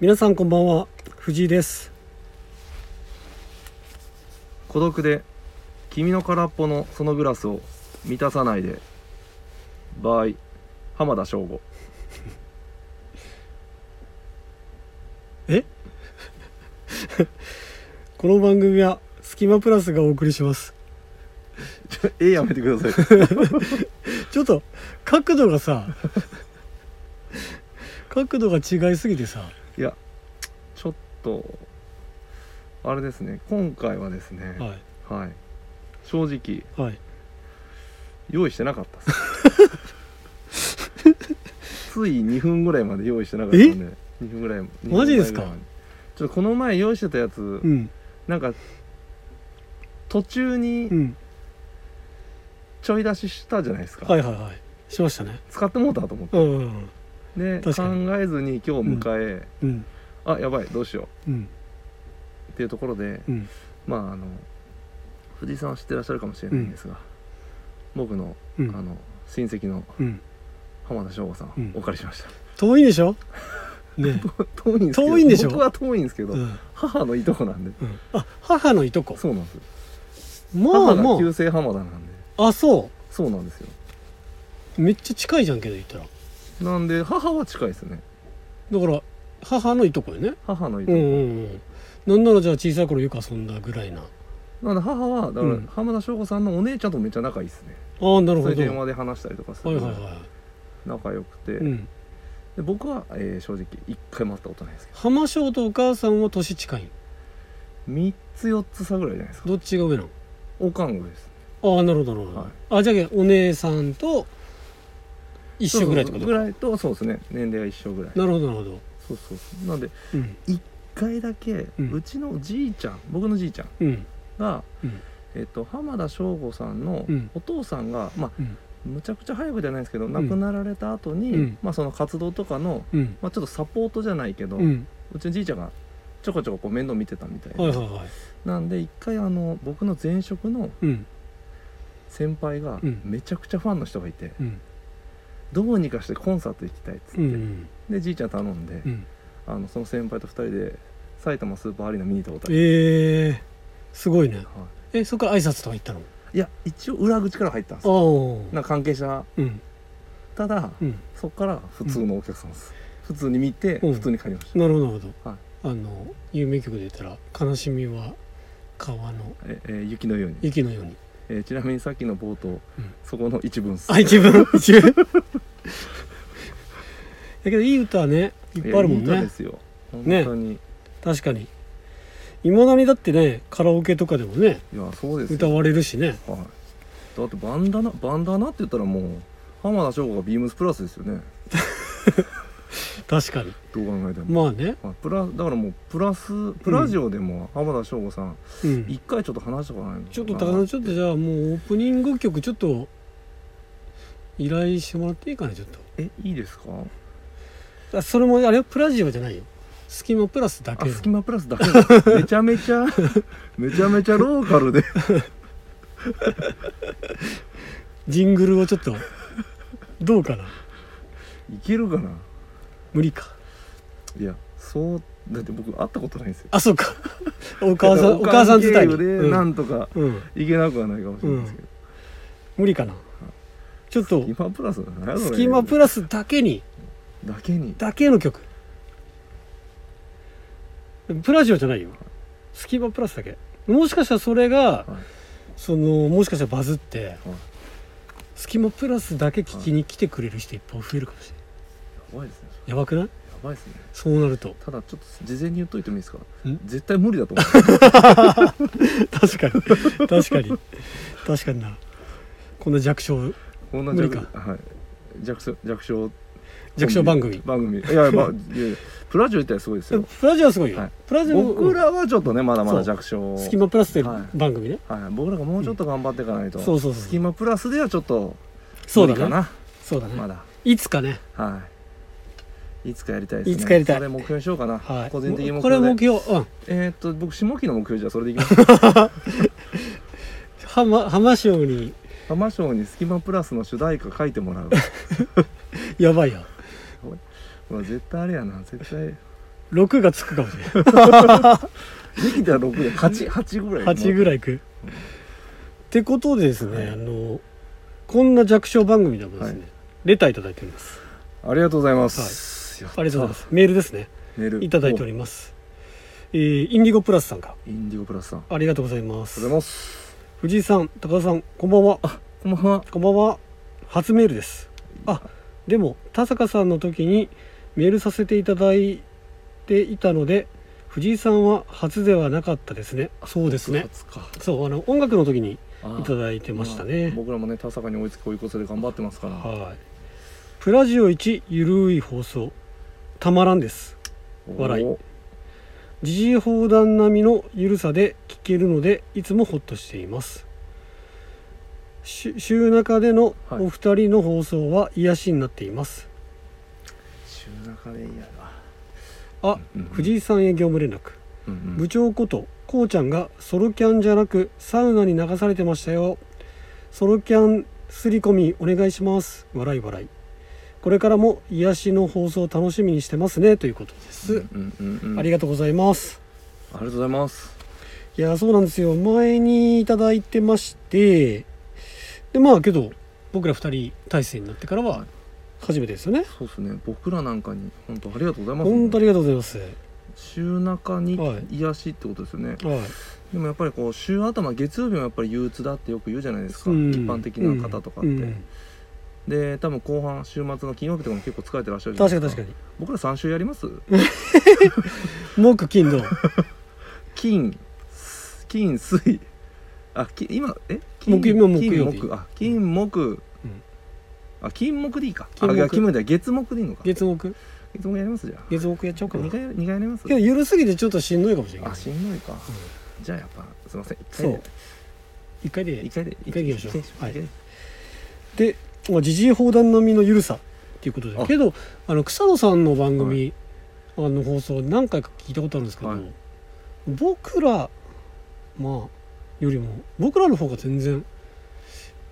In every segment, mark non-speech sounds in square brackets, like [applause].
皆さんこんばんは藤井です孤独で君の空っぽのそのグラスを満たさないで by 浜田省吾この番組はスキマプラスがお送りします [laughs] えやめてくださいちょっと角度がさ [laughs] 角度が違いすぎてさ [laughs] いやちょっとあれですね今回はですねははい、正直いはい用意してなかったです [laughs] つい2分ぐらいまで用意してなかったんで2分ぐらいマジですか2分ぐらいまちょっとこの前用意してたやつ、うんなんか途中うにんちょい出ししたじゃないですか、はいはいはいしましたね使ってもうたと思ってうんうんで確考かにえずに今日を迎え、うんあやばいどうしようんうっていうところでうんまああの藤井さんは知ってらっしゃるかもしれないんですが、僕の,、うあんの親戚のうん浜田省吾さん、うんお借りしました [laughs] 遠いでしょね遠いんですけど遠いんでしょ僕は遠いんですけど、うん母のいとこなんでうんあ母のいとこそうなんですまあ母まが旧姓浜田なんでああそそうなんですようめっちゃ近いじゃんけど言ったらなんで母は近いですねだから母のいとこよね母のいとうんこ、うんうんなんならじゃあ小さい頃よく遊んだぐらいななんで母はだかうらん浜田省吾さんのお姉ちゃんとめっちゃ仲いいですね、ああなるそほれどではいは電話で話したりとかすいるのがは仲良くて、いうんで僕は、えー正直一回も会ったことないですけ浜翔とお母さんは年近いんど3つ4つ差ぐらいじゃないですかどっちが上なおかんごですのああなるほどなるほど、はいあじゃあお姉さんと一緒ぐらいってことそうそうそうぐらいとそうですね年齢が一緒ぐらいなるほどなるほどそうそうそうなんで1うん回だけ、ううんちのじいちゃん僕のじいちゃんうんが、うんえっと浜田省吾さんのうんお父さんが、まあうんむちゃくちゃ早くじゃないですけど、ん亡くなられた後に、うんまあその活動とかの、うんまあ、ちょっとサポートじゃないけど、ううんちのじいちゃんがちょこちょここう面倒見てたみたいで、はいはいはいなんで一回あの僕の前職のうん先輩がうんめちゃくちゃファンの人がいて、うんどうにかしてコンサート行きたいっつっうて、んでじいちゃん頼んで、うんあのその先輩と2人で埼玉スーパーアリーナ見に行ったことある、ええー、すごいねはえそこから挨拶とか行ったのい、いや一応裏口から入ったんですよあなあんか関係者うんただ、うんそっから普通のお客さんです、普通に見て、うん普通に帰りました、なるほどなるほど、はいあの有名曲で言ったら「悲しみは川のええー雪のように、雪のようにえーちなみにさっきの冒頭、そこの一文っ」すあ自分自分だけどいい歌はねいっぱいあるもんやいねい歌ですよ本ね当に、確かにいまだにだってねカラオケとかでもねいやそうです歌よ、われるしねはい、だってバンダナバンダナって言ったらもう浜田省吾がビームスプラスですよね確かにどう考えても、まあねはいプラだからもうプラスプラジオでも浜田省吾さんうん一回ちょっと話したことないのちょっと高田ちょっとじゃあもうオープニング曲ちょっと依頼してもらっていいかなちょっえいいですかとあそれもあれはプラジオじゃないよスキマプラスだあけの隙間プラスだけ [laughs] だめちゃめちゃめちゃめちゃローカルで [laughs] ジングルをちょっとどうかないけるかな無理かいやそうだって僕会ったことないんですよあそうか [laughs] お母さんお母さん伝いに、経由でうんなんとかうん、いけなくはないかもしれないですけど、無理かなちょっとスキマプラスなんだろうねスキマプラスだけにだけにだけの曲プラジオじゃないよスキマプラスだけもしかしたらそれが、はいそのもしかしたらバズって、スキマプラスだけ聞きに来てくれる人いっぱい増えるかもしれないやばいですねやばくないやばいですねそうなる [laughs] とただちょっと事前に言っといてもいいですかん絶対無理だと思う確かに確かに確かになこんな弱小こんな無理弱かはい弱小弱小弱小番組番組いやいや,、まあ、い [laughs] やいやプラジオ自体すごいですよプラジオはすごいよ、はいプラジオ僕らはちょっとねまだまそうだ弱小スキマプラスというはい番組ね、はい、僕らがもうちょっと頑張っていかないと、そうそうそうスキマプラスではちょっとそう無理だかねな、そうだね、まだいつかねはいいつかやりたいですねいつかやりたいそれ目標にしようかな、はい個人的目これ標目で標うんえーっと僕下期の目標じゃあそれでいきます [laughs] 浜浜潮に浜賞にスキマプラスの主題歌書いてもらうやばいやほら絶対あれやな絶対6がつくかもしれないできたら6で88ぐらい8ぐらいらいくってことでですね、はいあのこんな弱小番組でもですね、はレターいただいておりますありがとうございまあす、りがとうございますメールですねメールいただいております、えーインディゴプラスさんがインディゴプラスさんあありがとうございまりすがとうございます藤井さん高田さんこんばんはこんばんはこんばんは初メールですあでも田坂さんの時にメールさせていただいていたので藤井さんは初ではなかったですねそうですね初かそうあの音楽の時にあいただいてましたねあ僕らもね田坂に追いつき追い越せで頑張ってますからはいプラジオ1ゆるい放送たまらんです笑いおー時事放談並みの緩さで聞けるのでいつもホッとしていますし週中でのお二人の放送は癒しになっています、週中でいいやなあうん藤井さんへ業務連絡うんうん部長ことこうちゃんがソロキャンじゃなくサウナに流されてましたよソロキャンすり込みお願いします笑い笑いこれからも癒しの放送楽しみにしてますねということです、うんうんうんありがとうございますありがとうございますいやそうなんですよ前にいただいてましてでまあけど僕ら二人体制になってからは初めてですよねそうですね僕らなんかに本当ありがとうございます本当ありがとうございますは週中にはい癒しってことですよね、いでもやっぱりこう週頭月曜日もやっぱり憂鬱だってよく言うじゃないですか、うん一般的な方とかって、うんうんで多分後半週末の金曜日とかも結構疲れてらっしゃるじゃな確かいでに確すかかにに僕ら3週やります木金土金す金水あき今え金木曜日木金曜日木あ金木、あ金木でいいか金木あいや金木で月木でいいのか月木月木やりますじゃあ月木やっちゃおうかな2回二回やりますけど緩すぎてちょっとしんどいかもしれないあしんどいか、じゃあやっぱすいません一回そでう一回で一回で一回でいきましょう一回でで、まあ、時事放談並みの緩さっていうことであけどあの草野さんの番組、あの放送何回か聞いたことあるんですけど、はい僕らまあよりも僕らの方が全然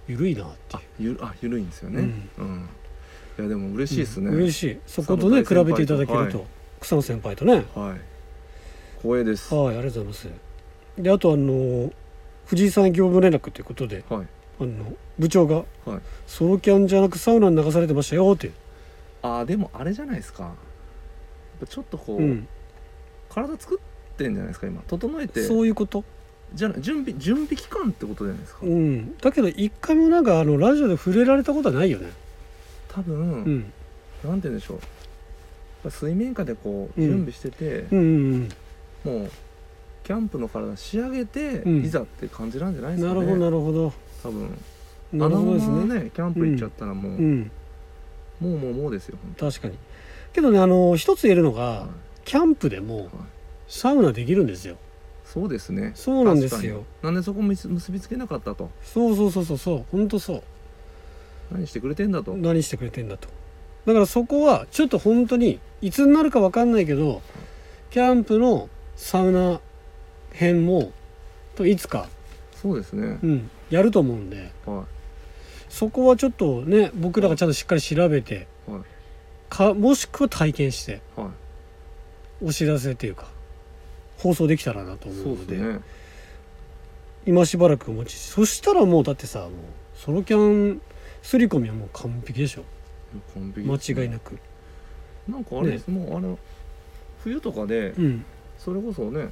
緩いなっていあゆるあゆるいんですよねうんうん、いやでも嬉しいですう、ね、嬉しいそことね比草野大先輩とべていただけると、は草野先輩とねはい光栄ですははいありがとうございますであとあの藤井さん業務連絡ということでいあの部長がはいソロキャンじゃなくサウナに流されてましたよって、あーでもあれじゃないですかやっぱちょっとこう、うん、体作ってんじゃないですか今整えてそういうこと、じゃな準備準備期間ってことじゃないですか、うん、だけど一回もなんかあのラジオで触れられたことはないよね、多分、うん、なんて言うんでしょうやっぱ水面下でこううん準備してて、うんうんもうキャンプの体仕上げて、うんいざって感じなんじゃなういんですなかるねほどなるほど多分なるほどですあのまねまねキャンプ行っちゃったらもう、うんもうもうもうですよ本当確かにけどねあの一つ言えるのが、はいキャンプでもサウナできるんですよそうですねそうなんですよ確かになんでそこ結結びつけなかったとそうそうそうそうそうほんとそう何してくれてんだと、何してくれてんだとだからそこはちょっと本当にいつになるか分かんないけどキャンプのサウナ編もといつか、そうですねう、ん、やると思うんではそこはちょっとね僕らがちゃんとしっかり調べていはかもしくは体験していはお知らせというか放送できたらなとい思そううのですでね今しばらくお待ちそしたらもうだってさもうソロキャンすり込みはもう完璧でしょ完璧間ですね違いなくなんかあれです、もうあの冬とかでうんそれこそね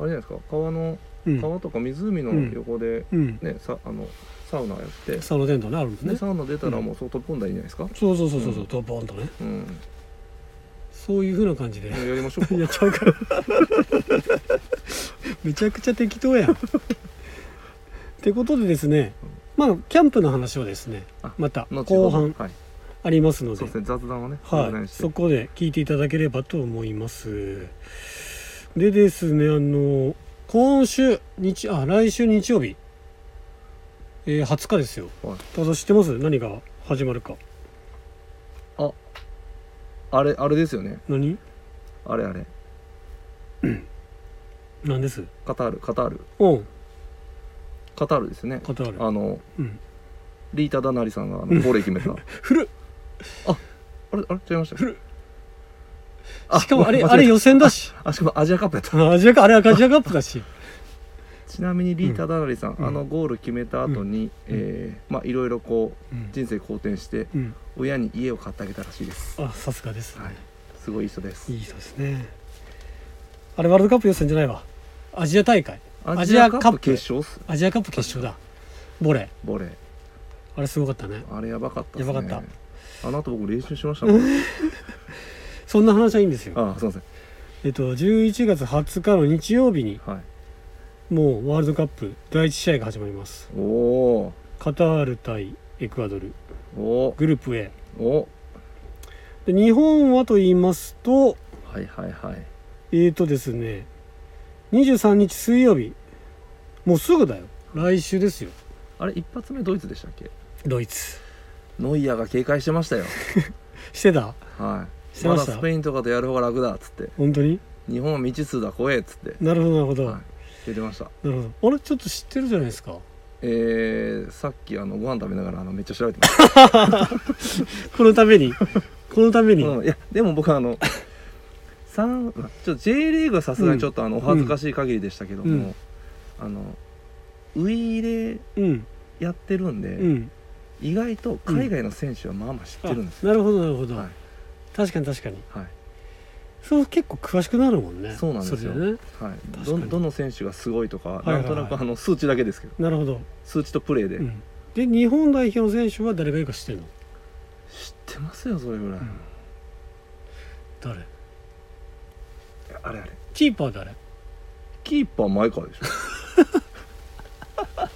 あれじゃないですか川のうん川とか湖のうん横でうんね、さあのサウナやって、サウナテントねあるんででねサウナ出たらもうそう飛び込んだらいいんじゃないですかそうそうそうそうそううんドボンとねうん、そういうふうな感じ [laughs] でもうやりましょうか [laughs] やっちゃうからめちゃくちゃ適当やんってことでですねまあキャンプの話をですねあまた後後ほど半はいありますのそでうですね雑談はねおは願い、してそこで聞いていただければと思いますでですねあの今週日あ来週日曜日、えー、20日ですよはいただ知ってます何が始まるかあれあれですよね何あれあれ何ですカタールカタールうんカタールですねカタールあのうんリータ・ダ [laughs] ナリさんがあのボレー決めた古っあれあれ違いましたしかもあれごめんあれ予選だ [laughs] しあしかもアジアカップやったアジアカあれアジアカップだしちなみにリー・タダナリさん、うんあのゴール決めた後に、えーまあいろいろこううん人生好転してうん親に家を買ってあげたらしいです、あさすがです、はい、すごいいい人ですい、い人ですねあれワールドカップ予選じゃないわアジア大会アジアカップアジアカップ決勝っすアジアカップ決勝だボレーボレーあれすごかったねあれやばかったっやすねばかっあの後僕練習しましたもんそんな話はいいんですよあすいませんえっと11月20日の日曜日にはいもうワールドカップ第1試合が始まりますおおカタール対エクアドルーおグループ A ーおで日本はと言いますとはいはいはいえーとですね23日水曜日もうすぐだよ来週ですよあれ一発目ドイツでしたっけドイツノイアーが警戒してましたよしてたはいしてましただスペインとかとやる方が楽だっつって本当に日本は未知数だ怖えっつってなるほどなるほど、はい出てましたなるほどあれちょっと知ってるじゃないですかえー、さっきあのご飯食べながらあのめっちゃ調べてました、このため [laughs] にこのために、うん、いやでも僕あのさんちょっと J リーグはさすがにちょっとあの、うんお恥ずかしい限りでしたけども、うんあのウイイレうんやってるんで、うん意外と海外の選手はまあまあ知ってあるんですよ、なるほどなるほど、はい確かに確かにはいそう結構詳しくなるもんねそうなんですよれねはい、確かどにどの選手がすごいとか、いはいはいなんとなくあの数値だけですけどなるほど、数値とプレーで、うん、で日本代表の選手は誰がいいか知ってるの知ってますよそれぐらい、うん誰あれあれキーパー誰キーパー前川でしょ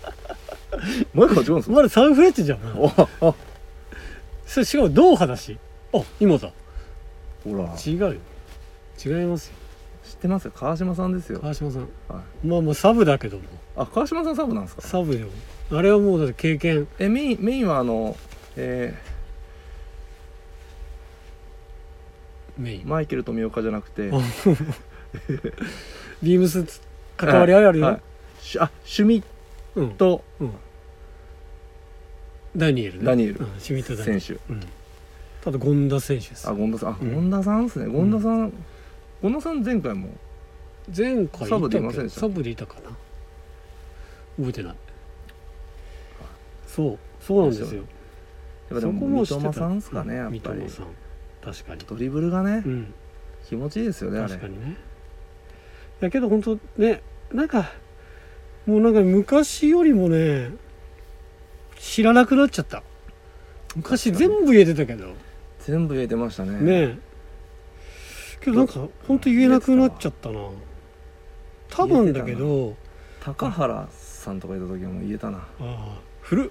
[laughs] 前川違うんですかまだサンフレッチェじゃん [laughs] ああほそれしかもドーハだしあ今だら知違うよ違いますよってますよ川島さんですよ、川島さんはい、まあまあサブだけどもあ川島さんサブなんですかサブよあれはもうだって経験えメインメインはあの、えメイーンマイケル富岡じゃなくてあビームス関わりあるよ、はいシュあシュミッうんトうんダニエルねダニエルうん、シュミットダニエ選ル手うんあと権田選手ですあ権田さんあうん権田さんですね権田さん権田さん前回も前回サブでいいまたせけんでどしたサブでいたかな覚えてないそうそうなんですよやっぱでそこもも知っ三てた笘さんですかねやっぱうん三笘りさん確かにドリブルがねうん気持ちいいですよねあれ確かにねだけど本当ねなんかもうなんか昔よりもね知らなくなっちゃった昔確か全に部言えてたけど全部言えてましたねねけどなんか本当言えなくなっちゃったな多分だけど高原さんとかいた時も言えたなああ古っ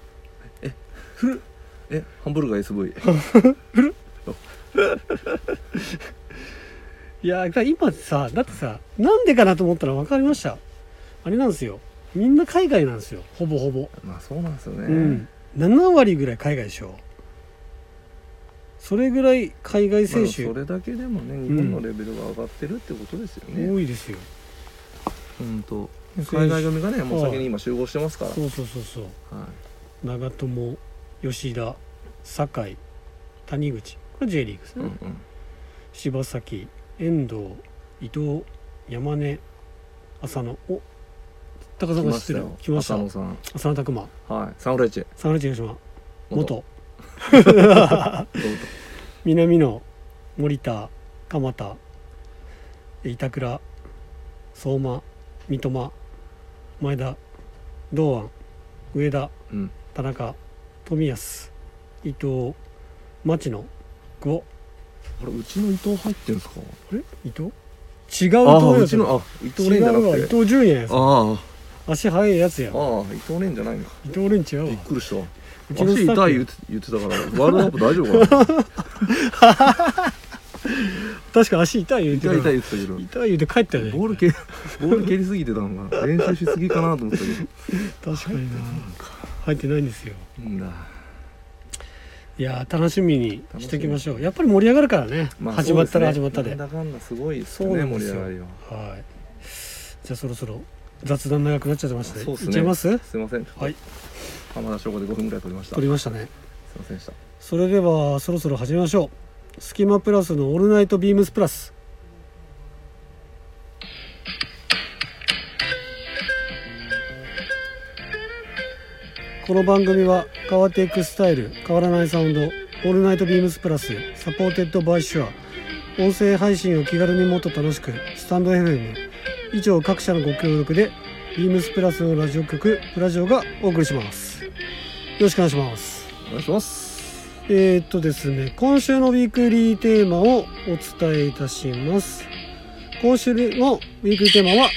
えハンブルガー [laughs] SV いやだから今さだってさなんでかなと思ったら分かりましたあれなんですよみんな海外なんですよほぼほぼまあそうなんですよね、うん、7割ぐらい海外でしょそれぐらい海外まあ選手それだけでもね日本のレベルが上がってるってことですよね、多いですよ、本当選手海外組がねもう先に今集合してますから、そうそうそうそうは長友吉田酒井谷口これ J リーグですい、うね、んうん柴崎遠藤伊藤山根浅野お高さんが知ってる来ました浅野さん浅野拓磨はいサンフレッチェサンフレッチェ広島元元元南野森田鎌田板倉相馬三笘前田堂安上田うん田中冨安伊藤町野久保あれうちの伊藤入ってんすかあれ伊藤違うあとあ思うちのあ伊藤蓮じゃな違うわ伊くて藤純也やあさああ足速いやつやあ伊藤蓮じゃないのか伊藤蓮違うわびっくりしたうちの足スタッフ痛い言って言ってたからワールドカップ大丈夫 [laughs] かな確か足痛い言うて痛い痛いた言ってたけど痛い言うて帰ったよねボール蹴ボール蹴りすぎてたのかな練習しすぎかなと思ったけど確かにな入ってないんですようんだいやー楽しみにしていきましょうやっぱり盛り上がるからね、まあ始まったら始そうまっすたねでなんだかんだすごいですそうよねなんで盛りす上よがりははいじゃあそろそろ雑談長くなっちゃってましたねそうっすいっちゃいますねはすいませんい浜田省吾で5分ぐらい取りましたす取いりましたねませんでしたそれではそろそろ始めましょうスキマプラスのオールナイトビームスプラスこの番組は変わっていくスタイル変わらないサウンドオールナイトビームスプラスサポーテッドバイシュア音声配信を気軽にもっと楽しくスタンド FM 以上各社のご協力でビームスプラスのラジオ局プラジオがお送りしますよろしくお願いしますお願いしますえー、っとですね今週のウィークリーテーマをお伝えいたします今週のウィークリーテーマは、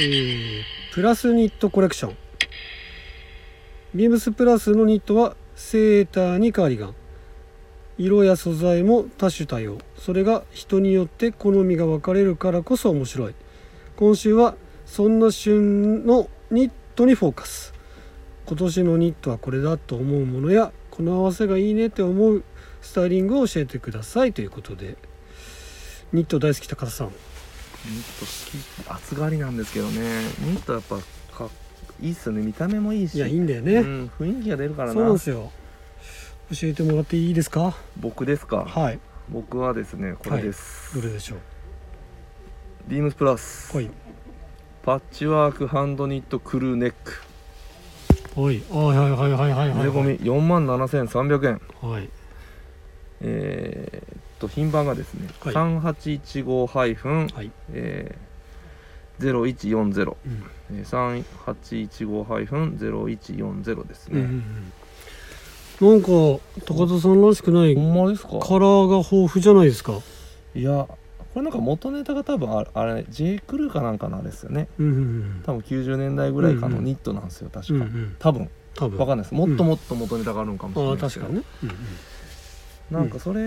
えープラスニットコレクションビームスプラスのニットはセーターにカーディガン色や素材も多種多様それが人によって好みが分かれるからこそ面白い今週はそんな旬のニットにフォーカス今年のニットはこれだと思うものやこの合わせがいいねって思うスタイリングを教えてくださいということでニット大好き高田さんニット好き暑がりなんですけどねニットやっぱかっいいっすよね見た目もいいしいやいいんだようね、ん、雰囲気が出るからそうなんなですよ教えてもらっていいですか僕ですか、はい僕はですねこれです、どれでしょうビームスプラス、はいパッチワークハンドニットクルーネックはいはいはいはいはいはい税はい込み4万7300円はいえーっと品番がですね、はい3815ハイフン、はいえー、0140うんえー3815ハイフン0140ですうんうんね、うんなんか高田さんらしくないカほんまですかラーが豊富じゃないですかいやこれなんか元ネタが多分あれあれ J. クルーかなんかなんですよねうんうん多分90年代ぐらいかうんうのんニットなんですよ確うか、んうんうん多分多分わかんないですもっともっと元ネタがあるのかもしれあなあいです確けかにど、ねうんなんかそれ、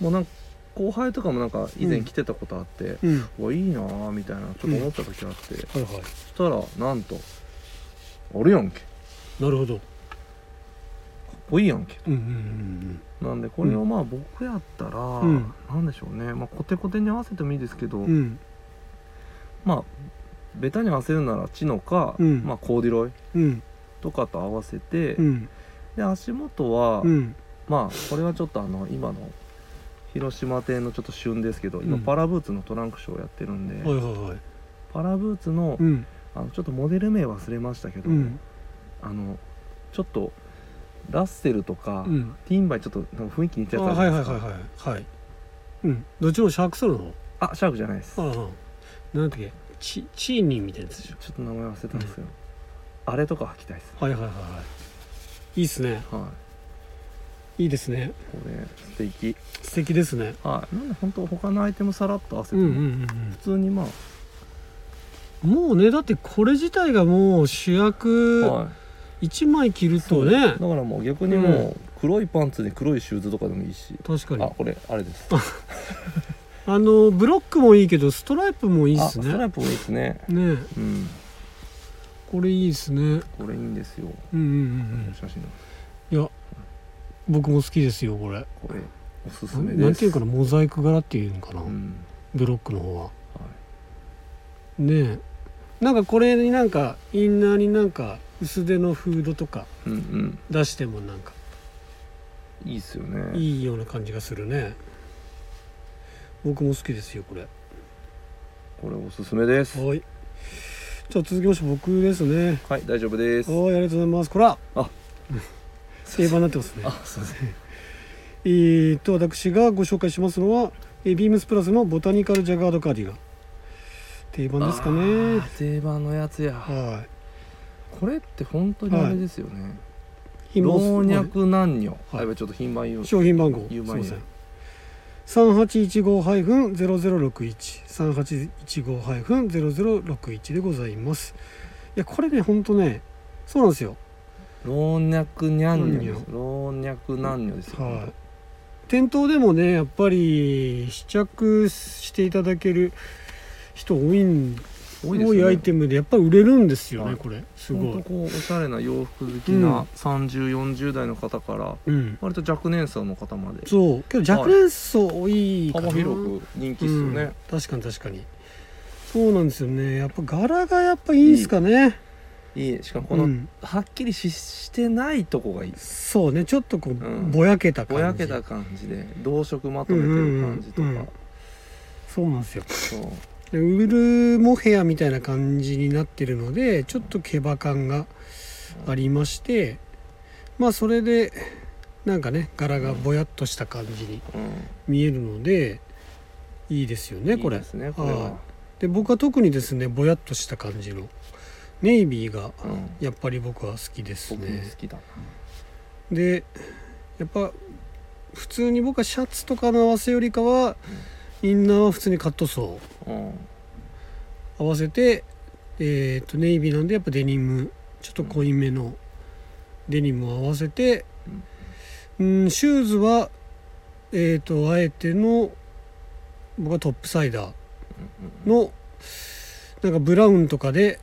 もうなんか後輩とかもなんか以前来てたことあって、うんうんはうわいいなぁみたいなちょっと思った時あって、そいはいしたらなんとあれやんけかなるほどっこいいやんけうんうんなんでこれをまあ僕やったら、んなんでしょうねまあコテコテに合わせてもいいですけど、うんうんまあベタに合わせるならチノか、うんまあ、コーデュロイうんとかと合わせて、うんで足元は、うんまあこれはちょっとあの今の広島店のちょっと旬ですけど今うんパラブーツのトランクショーをやってるんで、はいはいはいパラブーツの,、うんあのちょっとモデル名忘れましたけど、うんあのちょっとラッセルとか、うんティンバイちょっとなんか雰囲気似あてたはいはいはいはいはいうんどっちもシャークソールのあシャークじゃないですち方ょああなんだっけチチーニーみたいなやつでしょっと名前忘れたんですよ、あれとか履きたいですはいはいはいはいいいっすねはいいいですねこれ素敵素敵ですねはいなんで本当他のアイテムさらっと合わせてうんも、うんうん普通にまあ、うんもうねだってこれ自体がもう主役はい1枚着るとねだからもう逆にうもう黒いパンツに黒いシューズとかでもいいし、確かあにこれあれですあのブロックもいいけどストライプもいいっあすストねライプもいいですねねうんこれいいっすねうんこれいいんですよ、うんうん写真のうんいや僕も好きですよこれこれおすすなめですなんていうかなモザイク柄っていうのかな、うんブロックの方ははねえなんかこれになんかインナーになんか薄手のフードとかい、うん出してもなんかうんいいっすよねいいような感じがするね僕も好きですよこれこれおすすめですはいじゃあ続きまして僕ですねはい大丈夫ですはいありがとうございますこらあうん [laughs] 定番になってますねすいませんえー、と私がご紹介しますのはえービームスプラスのボタニカルジャガードカーディガン定番ですかねあー定番のやつやはいこれって本当にあれですよね、品番老若男女、はいやばいちょっと品番言う商品番号す言みうま前にせん3815-00613815-0061でございますいやこれねほんとねそうなんですよ老若にゃんにょです老若男女ですよ、はい店頭でもねやっぱり試着していただける人多いん多いですよねアイテムでやっぱり売れるんですよね、はいこれすほんごといこうおしゃれな洋服好きうんな3040代の方からうん割と若年層の方までそうけど若年層多いかな、幅広く人気っすよね、うん確かに確かにそうなんですよねやっぱ柄がやっぱいいんすかねいいしかもこの、うんはっきりししてないとこがいいそうねちょっとこう、うんぼやけた感ぼじやけた感じで動色まとめてる感じとか、うんうんうんそうなんですよそうでウールモヘアみたいな感じになってるのでちょっと毛羽感がありましてまあそれでなんかね柄がぼやっとした感じにうん見えるのでいいですよねこれいいですねこれはいは、で僕は特にですねぼやっとした感じのネイビーがうん、やっぱり僕は好きです僕もね好きだなでやっぱ普通に僕はシャツとかの合わせよりかはインナーは普通にカットソうんー合わせてえっとネイビーなんでやっぱデニムちょっと濃いめのデニムを合わせてうんシューズはえっとあえての僕はトップサイダーのなんかブラウンとかで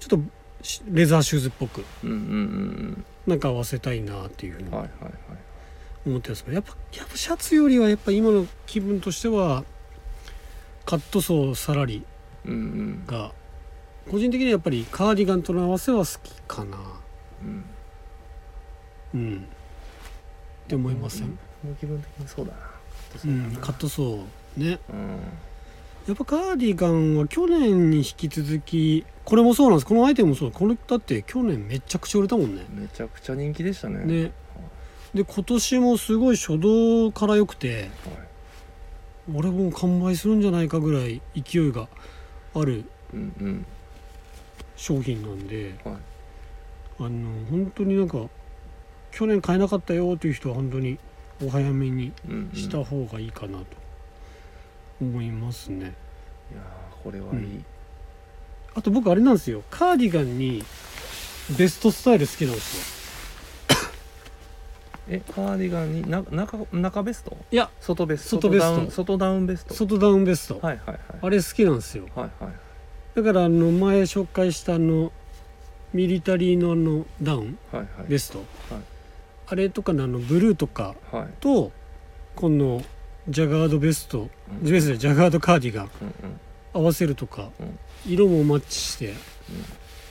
ちょっとしレザーシューズっぽくうんうんうんなんか合わせたいなっていうふううにんはいはいはい思ってるんですけどやっぱやっぱシャツよりはやっぱ今の気分としてはカットソーサラリうんうんが個人的にはやっぱりカーディガンとの合わせは好きかなうんうんって思いません、うん気分的にそうだなうん、カットソーねうんやっぱカーディガンは去年に引き続きこれもそうなんですこのアイテムもそうこれだって去年めちゃくちゃ売れたもんねめちゃくちゃ人気でしたねねで今年もすごい初動から良くてはい俺も完売するんじゃないかぐらい勢いがあるうんうん商品なんではいあの本当になんか去年買えなかったよという人は本当にお早めにうんうんした方がいいかなと思いますね、いやーこれはいい、あと僕あれなんですよカーディガンにベストスタイル好きなんですよえカーディガンにな中中ベストいや外ベスト外ベストダウン外ダウンベスト外ダウンベスト、はいはいはあれ好きなんですよいはいはいだからあの前紹介したあのミリタリーのあのダウンはいベスト、はいあれとかのあのブルーとかはいはいとこのジャガードベストうんジベストじゃないジャガードカーディガンうんうん合わせるとか、うん色もマッチして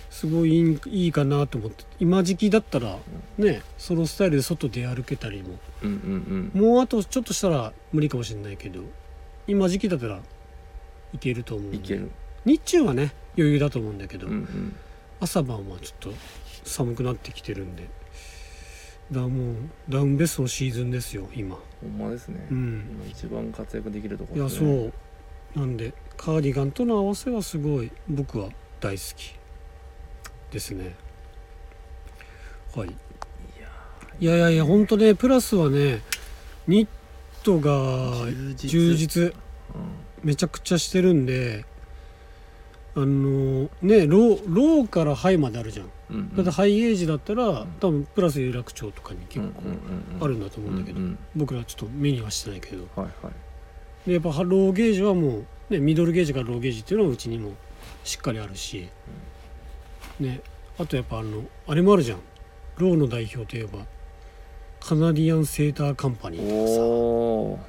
すごいいいいいかなと思って今時期だったらねそのスタイルで外出歩けたりもうんうんうんもうあとちょっとしたら無理かもしれないけど今時期だったらいけると思うんいでける日中はね余裕だと思うんだけど、うんうん朝晩はちょっと寒くなってきてるんでだもうダウンベストのシーズンですよ今ほんまですね、うん今一番活躍できるとこいろやですそねうなんでカーディガンとの合わせはすごい僕は大好きですねはいいやいやいやほんとねプラスはねニットが充実充実めちゃくちゃしてるんであのねローローからハイまであるじゃんうんうんうんだってハイエージだったら、ん多分プラス有楽町とかに結構あるんだとと思うんだけど、うんうん僕らちょっと目にはしてないけどはいはいでやっぱローゲージはもう、ね、ミドルゲージからローゲージっていうのはうちにもしっかりあるし、ね、あとやっぱあのあれもあるじゃんローの代表といえばカナディアンセーターカンパニーとかさおお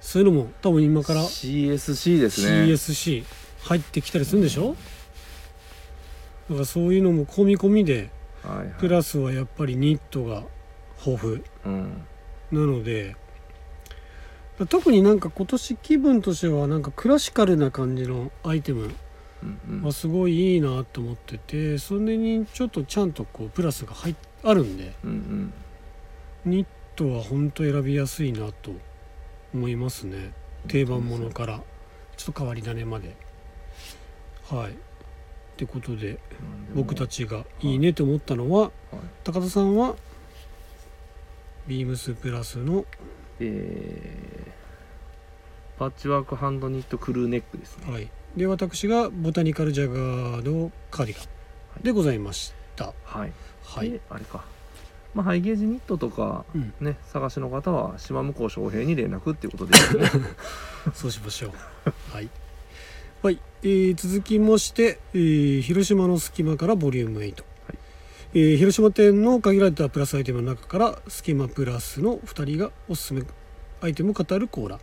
そういうのも多分今から CSC ですね CSC 入ってきたりするんでしょだからそういうのも込み込みではいはいプラスはやっぱりニットが豊富うんなので特になんか今年気分としてはなんかクラシカルな感じのアイテムうんうんはすごいいいなと思っててそれにちょっとちゃんとこうプラスが入っあるんでうんうんニットは本当選びやすいなと思いますね定番ものからちょっと変わり種まではいってことでうんでも僕たちがいいねと思ったのははい高田さんはビームスプラスのえーパッチワークハンドニットクルーネックですね。はい、で私がボタニカルジャガードカーディガンでございました。はい。はいで、あれか。まあ、ハイゲージニットとか、 [laughs] うん、ね、探しの方は、島向こう翔平に連絡っていうことですよね。 [laughs] そうしましょう。はい、はいえー続きまして、えー広島の隙間からボリューム8、えー広島店の限られたプラスアイテムの中から隙間プラスの2人がおすすめアイテムを語るコーナー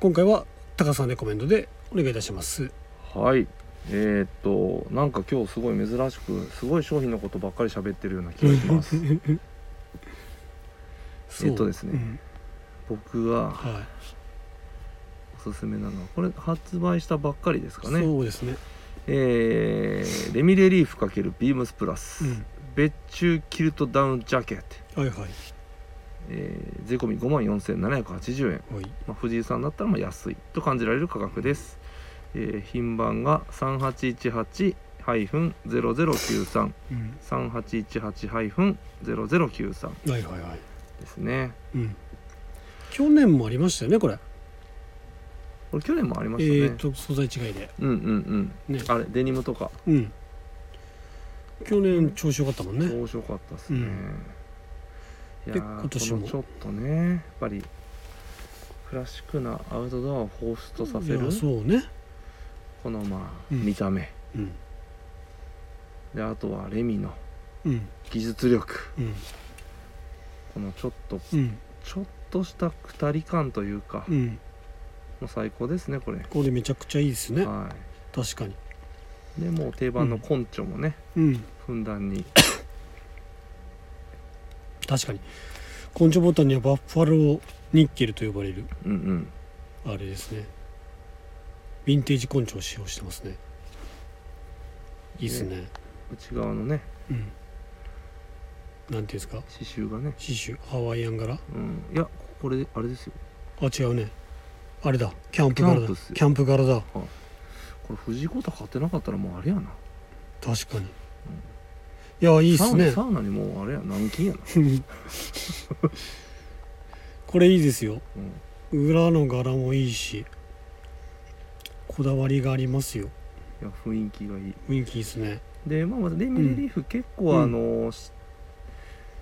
今回は高さんレコメンドでお願いいたします。はい。えーっとなんか今日すごい珍しくすごい商品のことばっかり喋ってるような気がします [laughs] そうえっとですねうん僕ははおすすめなのはこれ発売したばっかりですかい、ねそうですね、えーレミレリーフ×ビームスプラス、うん、別注キルトダウンジャケット、はいはいえー税込み5万4780円はいまあ、藤井さんだったらまあ安いと感じられる価格です、えー品番が3818-0093うん、 3818-0093はいはいはい、ですねうん、去年もありましたよねこれ、これ去年もありまえしたね、ー、と素材違いでうんうんうん、ねあれデニムとかうん去年調子良かったもんね面白かったですね、んいやでー今年もこのちょっとねやっぱりクラシックなアウトドアを彷彿とさせいるやそうねこのまあうん見た目、うんであとはレミのうん技術力うんこのちょっとうんちょっとしたくたり感というか、うもんう最高ですねこれ、これめちゃくちゃいいですねは確かにいでもう定番の根拠もね、うんふんだんに確かに根性ボタンにはバッファローニッケルと呼ばれるうんうんあれですねヴィンテージ根性を使用してますねいいですね内側のねうんなんていうんですか刺繍がね刺繍ハワイアン柄うんいやこれあれですよあ違うねあれだキャンプ柄だキャキンプっすャよンプ柄だこれ藤井聡太買ってなかったらもうあれやな確かに、いやいいっすねサウナサウナにもうあれや軟禁やな、これいいですようん、裏の柄もいいしこだわりがありますよいや雰囲気がいい雰囲気いいですねでまあまずレミレリーフ結構あの、し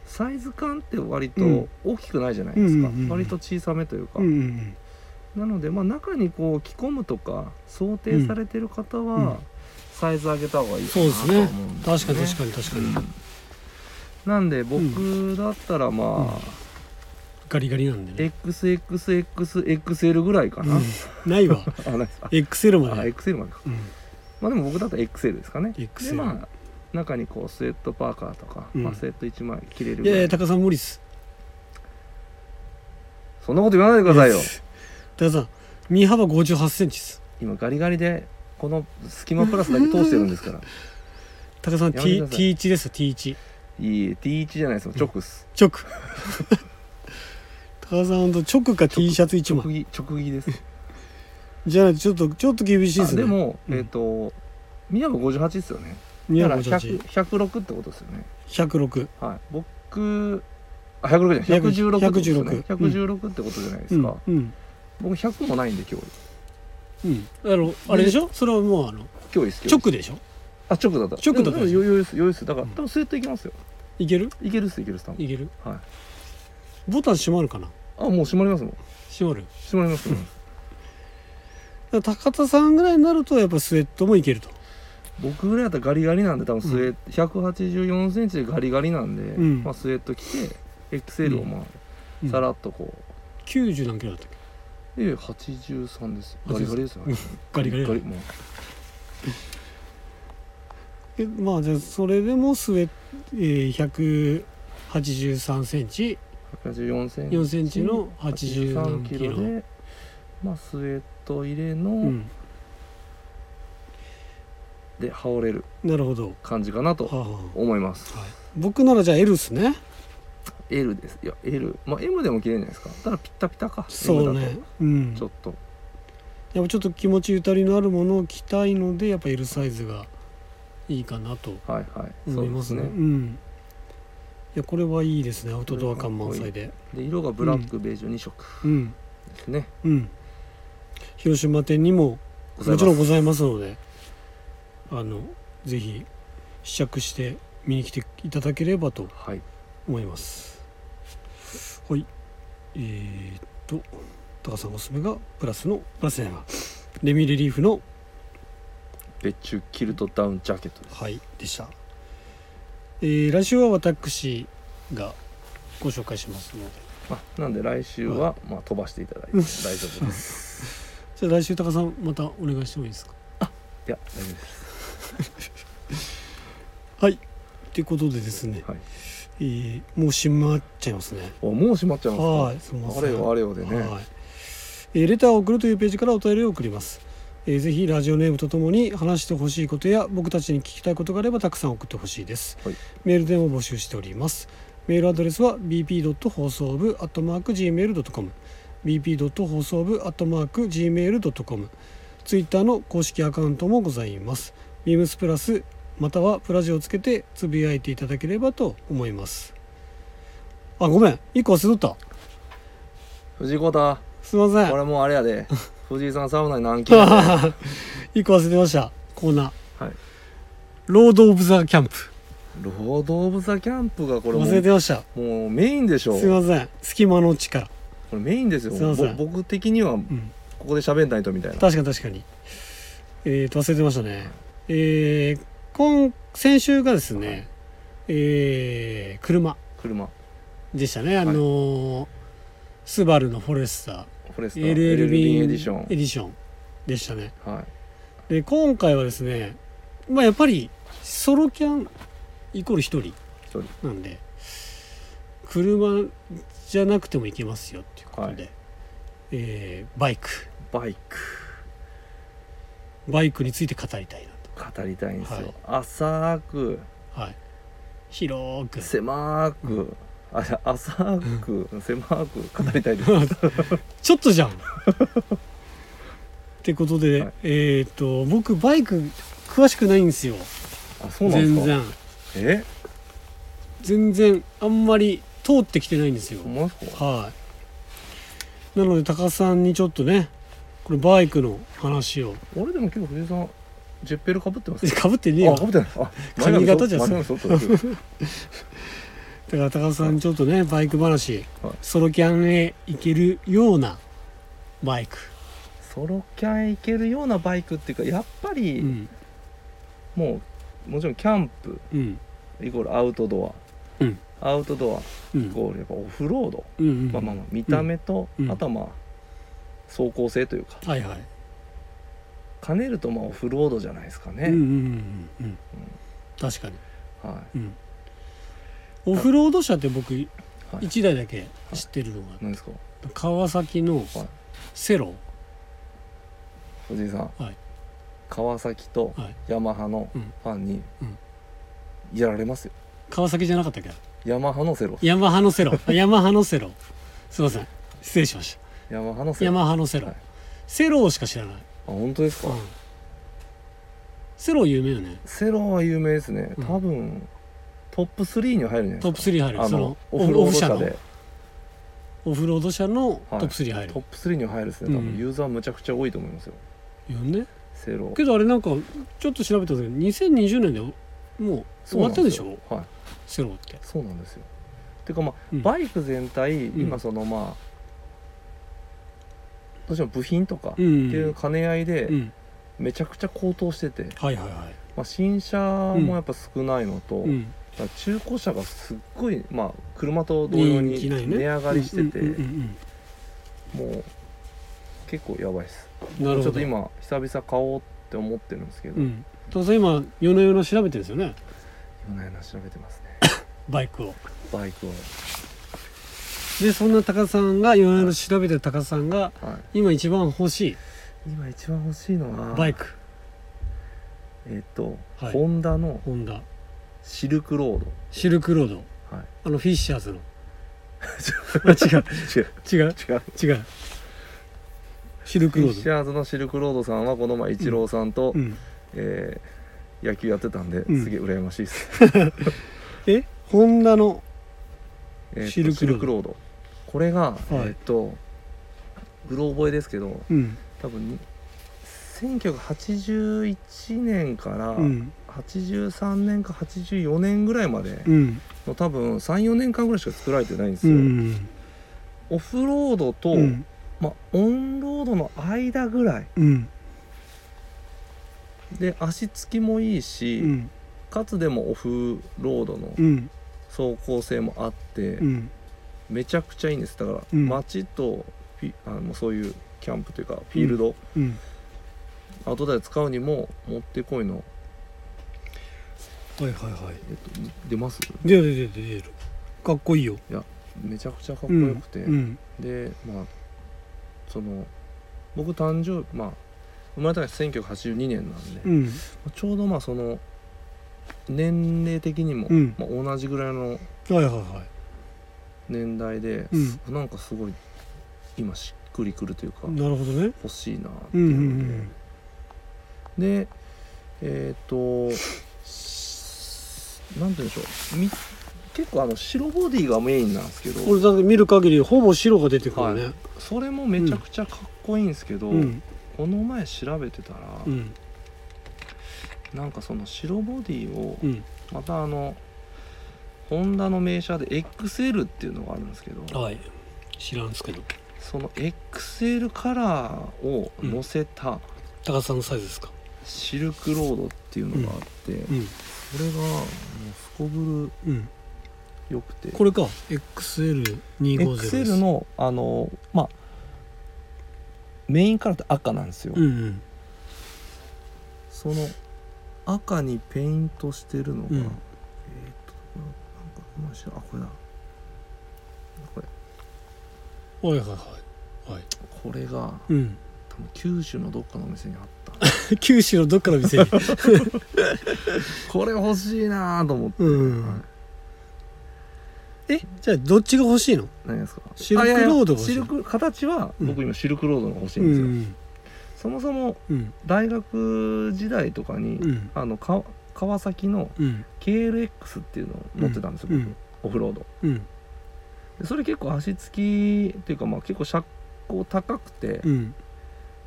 サイズ感って割と大きくないじゃないですか、うんうんうんうん割と小さめというか、うんうんなので、まあ、中にこう着込むとか想定されてる方は、うんうんサイズ上げた方がいいかそうなですとねは思うんうんです確かよにね確かに確かに、うんなんで僕だったらまあ、ガリガリなんでね、 XXXXL ぐらいかな、うんないわあないあ XL まあで、 XL までかうん、まあでも僕だったら XL ですかね XL でまあ中にこうスウェットパーカーとか、うんまあ、スウェット1枚着れいるぐやいらやい高さん無理っすそんなこと言わないでくださいよいや高さん身幅5 8センチっす今ガリガリでこの隙間プラスだけ通してるんですから [laughs] 高さんや T めてください T1 ですよ T1 いい T1 じゃないですよ直っす直高さんほんと直か T シャツ1枚直着直着ですじゃないとちょっとちょっと厳しいっあすねでも、うんえっ、と宮古58ですよねだから100 106ってことですよね258106116はい僕あ106じゃない116ってことですよね116 116ってことじゃないでうすんか、うん僕100もないんで今日うんあのあれでしょそれはもうあの今日です今日直でしょあ直だった直だったでもでも余裕です余裕ですだから、うん多分スウェットいけますよいけるいけるっすいけるっす多分いけるはいボタン閉まるかなあもう閉まりますもん閉まる閉まりますもんだから高田さんぐらいになるとやっぱスウェットもいけると僕ぐらいだったらガリガリなんで多分スウェット、184センチでガリガリなんで、んまあ、スウェット着て XL をまあ、うんさらっとこ90何キロだったっけうで83ですガリガリですよねガリガリだもうえまあじゃあそれでもスウェット、えー、183センチ84センチ4センチの80何キキロロで、まあ、スウェット入れの、うん、で羽織れるなるほど感じかはなあとは思いますあ、はい、僕ならじゃあ L っすね L ですいや L まあ M でも着れるんじゃないですかただピッタピタかそう M だねとうんちょっとやっぱちょっと気持ちゆとりのあるものを着たいのでやっぱ L サイズがいいかなとはいはい思いますねうんいやこれはいいですねアウトドア感満載でで色がブラック、ベージュ2色うんですねうん広島店にももちろんございますのであのぜひ試着して見に来ていただければとはい思いますはいえー、っと高さんおすすめがプラスのプラスじゃないわレミレリーフの別注キルトダウンジャケットですはいでした、えー来週は私がご紹介しますのであなんで来週は、まあ、飛ばしていただいて大丈夫ですじゃあ来週高さんまたお願いしてもいいですかいや大丈夫ですはいってことでですね、はいえーもう閉まっちゃいますねあもう閉まっちゃいまはいすみますせんかあれよあれよでねはいえーレターを送るというページからお便りを送ります、えーぜひラジオネームとともに話してほしいことや僕たちに聞きたいことがあればたくさん送ってほしいです、はいメールでも募集しておりますメールアドレスは bp. 放送部 .gmail.com bp. 放送部 .gmail.com ツイッターの公式アカウントもございますビームスプラスまたはプラジをつけてつぶやいていただければと思いますあごめん一個忘れとった藤子太すいませんこれもうあれや [laughs] で藤井さんサウナに軟禁やでは一個忘れてましたコーナーいロード・オブ・ザ・キャンプロード・オブ・ザ・キャンプがこれも忘れうてましたもうメインでしょすいません隙間の力これメインですよすいませんぼ僕的にはうんここで喋んないとみたいな確かに確かにえーと忘れてましたねえー、今先週がですねえー、車車フでしたねあのースバルのフォレスタォレスター LL ビ LLB ンエディションエディションでしたねはいで今回はですねまあやっぱりソロキャンイコール一人一人なんで車じゃなくても行けますよっていうことで、えーバイクバイクバイクについて語りたいな語りたいんですよ、はい浅くと、はい、広く狭くあじゃあ浅く狭く語りたいですちょっと [laughs] じゃんってことで、はいえーっと僕バイク詳しくないんですよあそうなんで全すか然え全然あんまり通ってきてないんですよほんまですかはいなので高須さんにちょっとねこれバイクの話を [laughs] 俺でも結構藤井さんジェッペルかぶってますかぶってねえあよかぶってないあ [laughs] 髪型じゃん前髪そ前髪そっとだけだから高田さんちょっとねバイク話、はいソロキャンへ行けるようなバイク、 [laughs] ソロキャン行けるようなバイクっていうかやっぱうり、んもうもちろんキャンプうんイコールアウトドア、うんアウトドうアイんコールやっぱオフロード、うんうんまあまあまあ見た目と、うんあとはまあ走行性というかはいはい、兼ねるとまあオフロードじゃないですかね、うんうんうんうんうん確かに、はうん、オフロード車って僕はい1台だけ知ってるのが、い何ですか川崎のセロ、藤井さん、はい川崎とはいヤマハのうんファンにうんやられますよ川崎じゃなかったっけヤマハのセロヤマハのセロあヤマハのセロすいません失礼しましヤマハのたセロヤあマハのセロ、はいセロしか知らない、本当ですか、うんセロ有名よねセロは有名ですねうん多分、トップ3には入るんじゃなトいですかップ3入るあそののオフロード車車のでオフロード車のトはいップ3入る、トップ3には入るですね多うん分ユーザーむちゃくちゃ多いと思いますよ、よねセロけどあれなんかちょっと調べたんだけど2020年でもう終わったでしそうなんょすよはいセロってそうなんですよていうかまあ、うんバイク全体ん今そのまあ、どうしても部品とかってうんうんいう兼ね合いでうんめちゃくちゃ高騰してて、はいはいはいまあ、新車もやっぱ少ないのと、うんだから中古車がすっごい、まあ、車と同様に人気な値いね上がりしてて、うんうんうんもう結構やばいですうんなるほどちょっと今久々買おうって思ってるんですけど、ういん当然今夜な夜な調べてるんですよねろんな話調べてますねバイクをバイクをでそんな高田さんが夜な夜な調べてる高田さんがはい今一番欲しい今一番欲しいのはバイクえっと、はいホンダのホンダシルクロードシルクロードはい [laughs] あのフィッシャーズのあ違う違う違う違う違うシルフクロィッシードャーズのシルクロードさんはこの前イチローさんと、うんえー野球やってたんで、うんすげえ羨ましいです、えホンダのえーとシルクロードシルクロードこれが、えーっとグロ覚えですけどうん多分に1981年からうん83年か84年ぐらいまでうんの多分34年間ぐらいしか作られてないんですうよ、んオフロードと、うんまあ、オンロードの間ぐらいうんで足つきもいいし、うんかつでもオフロードのうん走行性もあって、うんめちゃくちゃいいんですだから、うん街とフィあのそういうキャンプというかフィールドうん後で使うにももってこいの、はいはいはいえっと、出ます出る出る出るかっこいいよめちゃくちゃかっこうんよくて、うんでまあその僕誕生まあ生まれたのが1982年なんで、うまんあちょうどまあその年齢的にも、うんまあ、同じぐらいのはいはいは年代で、いうんなんかすごい今しっくりくるというかなるほどね欲しいなってういんううので、んでえっ、としなんて言うんでしょうみ結構あの白ボディがメインなんですけうんどこれだって見る限りほぼ白が出てくるね、はそれもめちゃくちゃかっこいいんですけど、うんこの前調べてたら、うんなんかその白ボディをうんまたあのホンダの名車で XL っていうのがあるんですけどはい知らんすけどその XL カラーを乗せた高田さんのサイズですかシルクロードっていうのがあって、うんそれがもうすこぶうんるよくてこれか XL250 です XL のあのまあメインカラーって赤なんですよ、うんうんその赤にペイントしてるのが、うんえーっとこれなんかこの下あこれだこはいれはいはいはいこれがうん多分九州のどっかのお店にあった [laughs] 九州のどっかの店にこれ欲しいなと思って、うんはいえじゃあどっちが欲しいの何ですかシルクロードが欲あしいいやいやシルク形はうん僕今シルクロードのが欲しいうんですよ、んそもそもうん大学時代とかに、うんあのか川崎のうん KLX っていうのを持ってたんですよ、う僕んオフロードうんでそれ結構足つきっていうかまあ結構車高高くて、うん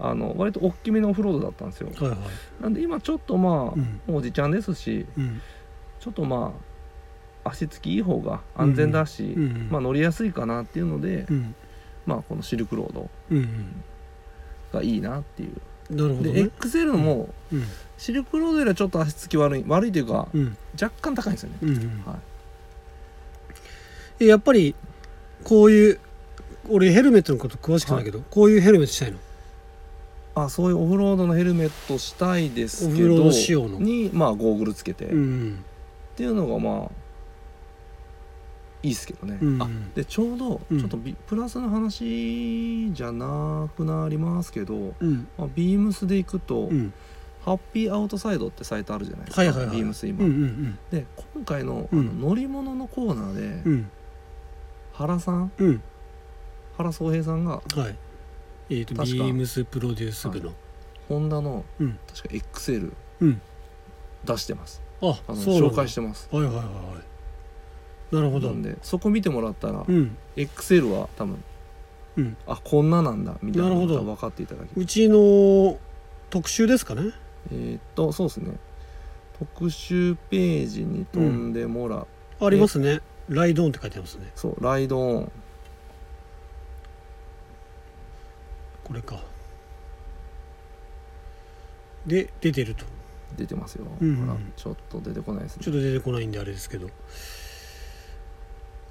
あの割と大きめのオフロードだったんですよはいはいなんで今ちょっとまあ、うんもうおじちゃんですしうんちょっとまあ足つきいい方が安全だし、うんまあ乗りやすいかなっていうので、うんまあこのシルクロードうんがいいなっていう、うんなるほどでね XL もうんシルクロードよりはちょっと足つき悪い悪いというか、うん若干高いんですよね、うんうんはいえやっぱりこういう俺ヘルメットのこと詳しくないけど、こういうヘルメットしたいのあそういうオフロードのヘルメットしたいですけどオフロード仕様のにまあゴーグルつけて、うっんていうのがまあいいっすけどね、うんあでちょうどうんちょっとビ、プラスの話じゃなくなりますけど、うんまあ、ビームスで行くと、うんハッピーアウトサイドってサイトあるじゃないですか、はいはいはいビームス今、うんうんで今回のうあのん乗り物のコーナーで、うん原さんうん原宗平さんがはいえー、と確かビームスプロデュース部の、ホンダの、うん確か XL うん出してますああのそうなん紹だ介してますはいはいはいはいなるほなどんでそこ見てもらったら、うん XL は多分うんあこんななんだみたいななるほのどが分かっていただけるうちの特集ですかねえーっとそうですね特集ページに飛んでもらう、ありますねライドオンって書いてますねそうライドオンこれかで出てると出てますよ、うんうんうんあらちょっと出てこないですねちょっと出てこないんであれですけど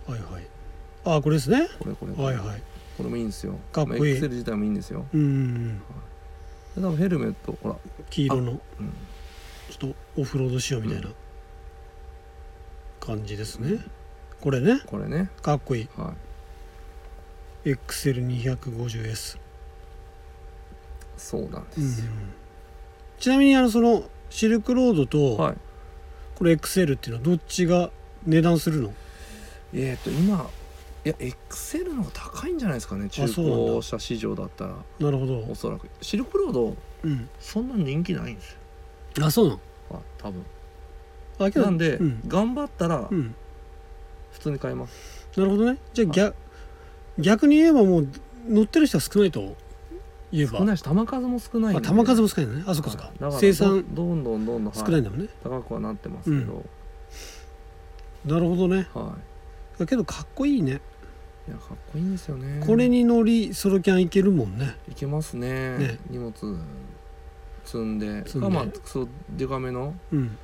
はいはいああこれですねこれこれこれ,、はいはいこれもいいんですよかっこいいまあ XL 自体もいいんですようんうんうんで多分ヘルメットほら、黄色のうんちょっとオフロード仕様みたいな感じですねこれねこれねかっこいいはい XL250S、そうなんでうんうんすよ、ちなみにあのそのシルクロードとはいこれ XL っていうのはどっちが値段するのえーっと今いや XL の方が高いんじゃないですかね中そうなんだ古車市場だったらなるほおど、そらくシルクロードうん、そんな人気ないんですよあそうなのあ多分あけどなんで、うん頑張ったらうん、普通に買えます、なるほどねじゃあ逆逆に言えばもう乗ってる人は少ないと言えば少ないし球数も少ないんあで球数もも少ないのねあそこそっか生生産産どんどんどんどん、少はないい、んだもんね、高くはなってますけど、なるほどねはだけどかっこいいね、いいやかっこいいんですよねこれに乗りソロキャンいけるもんねいけますねね荷物積んで積んでかまあそうでかめのうん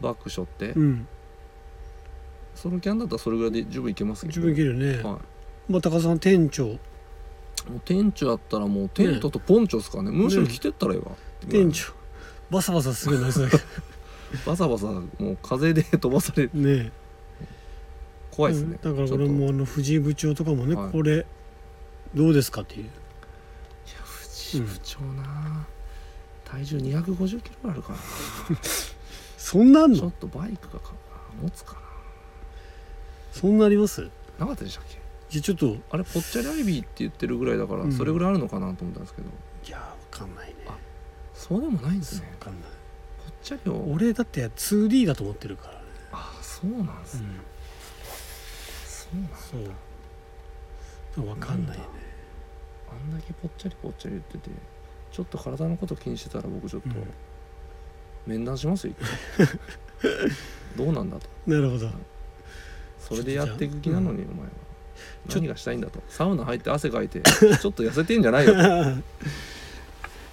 バッグ背負って、うんソロキャンだったらそれぐらいで十分いけますけ自ど分いけるよね、はまあ高田さん店長い、もう店長やったらもうテントとポンチョっすからねむしろ着てったらいいわ、店長バサバサするなそれね [laughs] バサバサもう風で飛ばされるえ怖いですね、うんだからちょっ俺ともあの藤井部長とかもね、はいこれどうですかっていういや藤井部長な、体重250キロあるからそんなあんなちょのっとバイクがか持つかそんなありますななかったでしたっけじゃあちょっとあれぽっちゃりアイビーって言ってるぐらいだから、うんそれぐらいあるのかなと思ったんですけどいやーわかんないねあそうでもないんですそうわねかんないぽっちゃりを俺だって 2D だと思ってるからね、あそうなんですね、そうなんそうわかんないねあんだけぽっちゃりぽっちゃり言っててちょっと体のこと気にしてたら僕ちょっとうん面談します [laughs] よ、一回どうなんだとなるほどそれでやっていく気なのにお前はちょ何がしたいんだとサウナ入って汗かいてちょっと痩せてんじゃないよと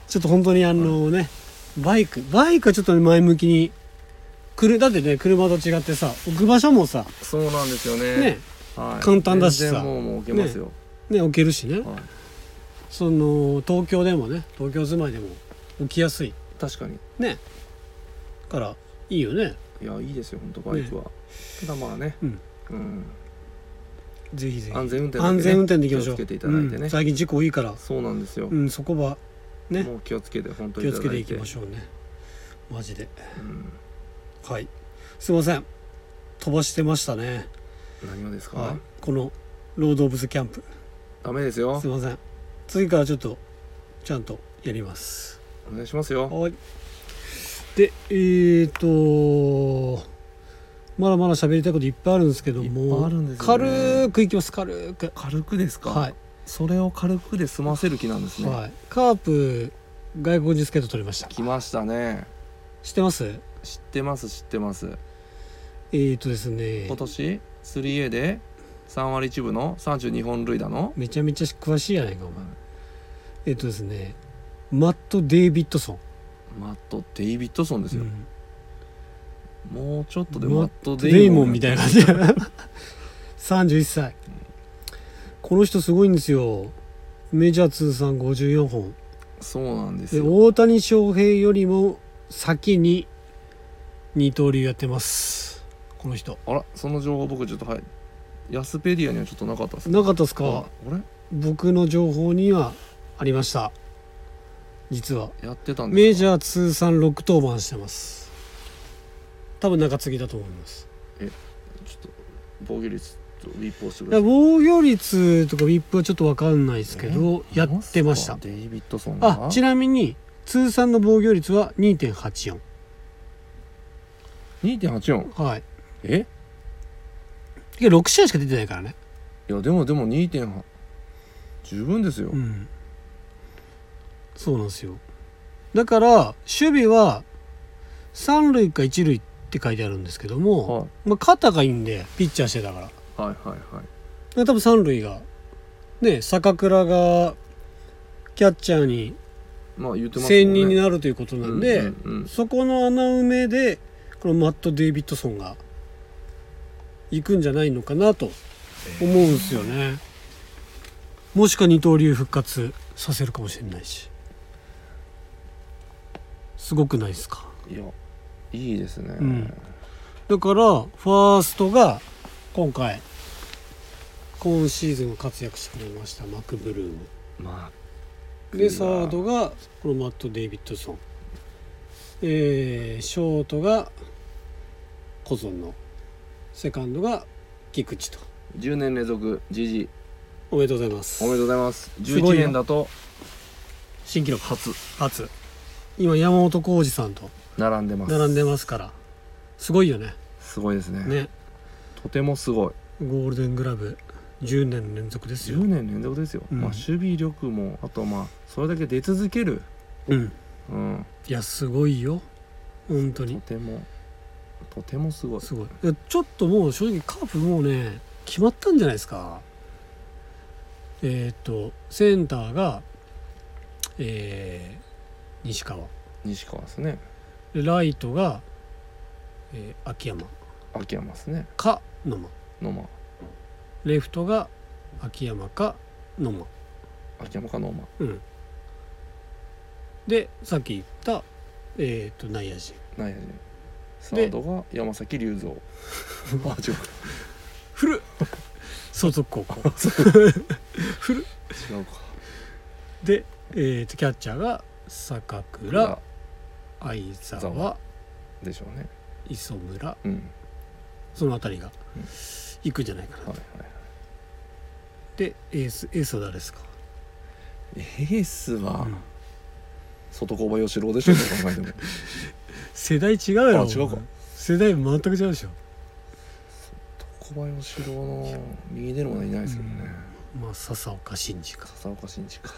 ちょっと本当にあのね、バイクバイクはちょっと前向きにくるだってね車と違ってさ置く場所もさそうなんですよねねはい、簡単だしさ全然もうもう受けますよ、ね置けるしねはい、その東京でもね東京住まいでも置きやすい確かにねからいいよねいやいいですよ本当バイクは、ただまあね、うんうんぜひぜひ安全運転だけね、安全運転でいきましょう気をつけていただいてね、うん最近事故多いから、そうなんですよ、うん、そこはねもう気をつけて本当気にをつけていきまょしょうねマジでう、うんはいすいません飛ばしてましたね、何をですか、はい、このロード・オブ・ズ・キャンプダメですよすいません次からちょっとちゃんとやりますお願いしますよはいでえーとまだまだ喋りたいこといっぱいあるんですけどもいっぱいあるんですよね軽くいきます軽く軽くですか、はい、それを軽くで済ませる気なんですね、はい、カープ外国人スケート取りました来ましたね知ってます知ってます知ってますえーとですね今年 3A で3割1分の32本塁打のめちゃめちゃ詳しいやないかお前えっ、とですねマット・デイビッドソンマット・デイビッドソンですよ、うんもうちょっとでママッット・デイモンみいたいな [laughs] 感じ31歳この人すごいんですよメジャー通算54本なそうなんですでよ大谷翔平よりも先に二刀流やってますこの人あらその情報僕ちょっとはいヤスペディアにはちょっとなかったですねなかったですあかあれ僕の情報にはありました実はやってたんメですジかャー通算6登板してます多分中継ぎだと思いますちょっと防御率ちょっとウィップをしてくいやださい防御率とかウィップはちょっと分かんないですけどやってましたデイビッドソンがあちなみに通算の防御率は2.84 2.84はいえいや6試合しか出てないからねいやでもでも2.8十分ですよ、うんそうなんですよだから守備は三塁か一塁って書いてあるんですけども、はまあ、肩がいいんでピッチャーしてたからいはいはいはい多分三塁がね坂倉がキャッチャーにまあ言ってます専任になるということなんで、うんうんうんそこの穴埋めでこのマット・デイビッドソンが行くんじゃないのかなと思うんですよね。もしくは二刀流復活させるかもしれないしすごくないですかいやいいですね、うんだからファーストが今回今シーズン活躍してくれましたマクブルームまあでサードがこのマット・デイビッドソン、えーショートがコゾンのセカンドが菊池と10年連続 GG おめでとうございますおめでとうございますすご11いよ年だと新記録初初今山本浩二さんと並んでます並んでますからすごいよねすごいですねねとてもすごいゴールデングラブ10年連続ですよ10、年連続ですよ、うんまあ守備力もあとまあそれだけ出続けるうん、うんいやすごいよ本当とにてもとてもすごいすごいいやちょっともう正直カープもうね決まったんじゃないですかえーっとセンターがえー西川西川ですねでライトが、えー秋山秋山ですねか野間野間レフトが秋山か野間秋山か野間うんでさっき言ったえっ、と内野陣内野陣サードが山崎龍三 [laughs] あ違うか古 [laughs] っ相続高 [laughs] 校違うかで、えー、とキャッチャーが坂倉相澤沢でしょうね磯村うんその辺りがうん行くんじゃないかな、はいはいでエースエースは誰ですか、エースはうん外小林四郎でしょどう考えても世代違うやろあ違うかお前世代全く違うでしょ小林四郎の右出るものはいないですけどねまあ笹岡慎二か笹岡慎二か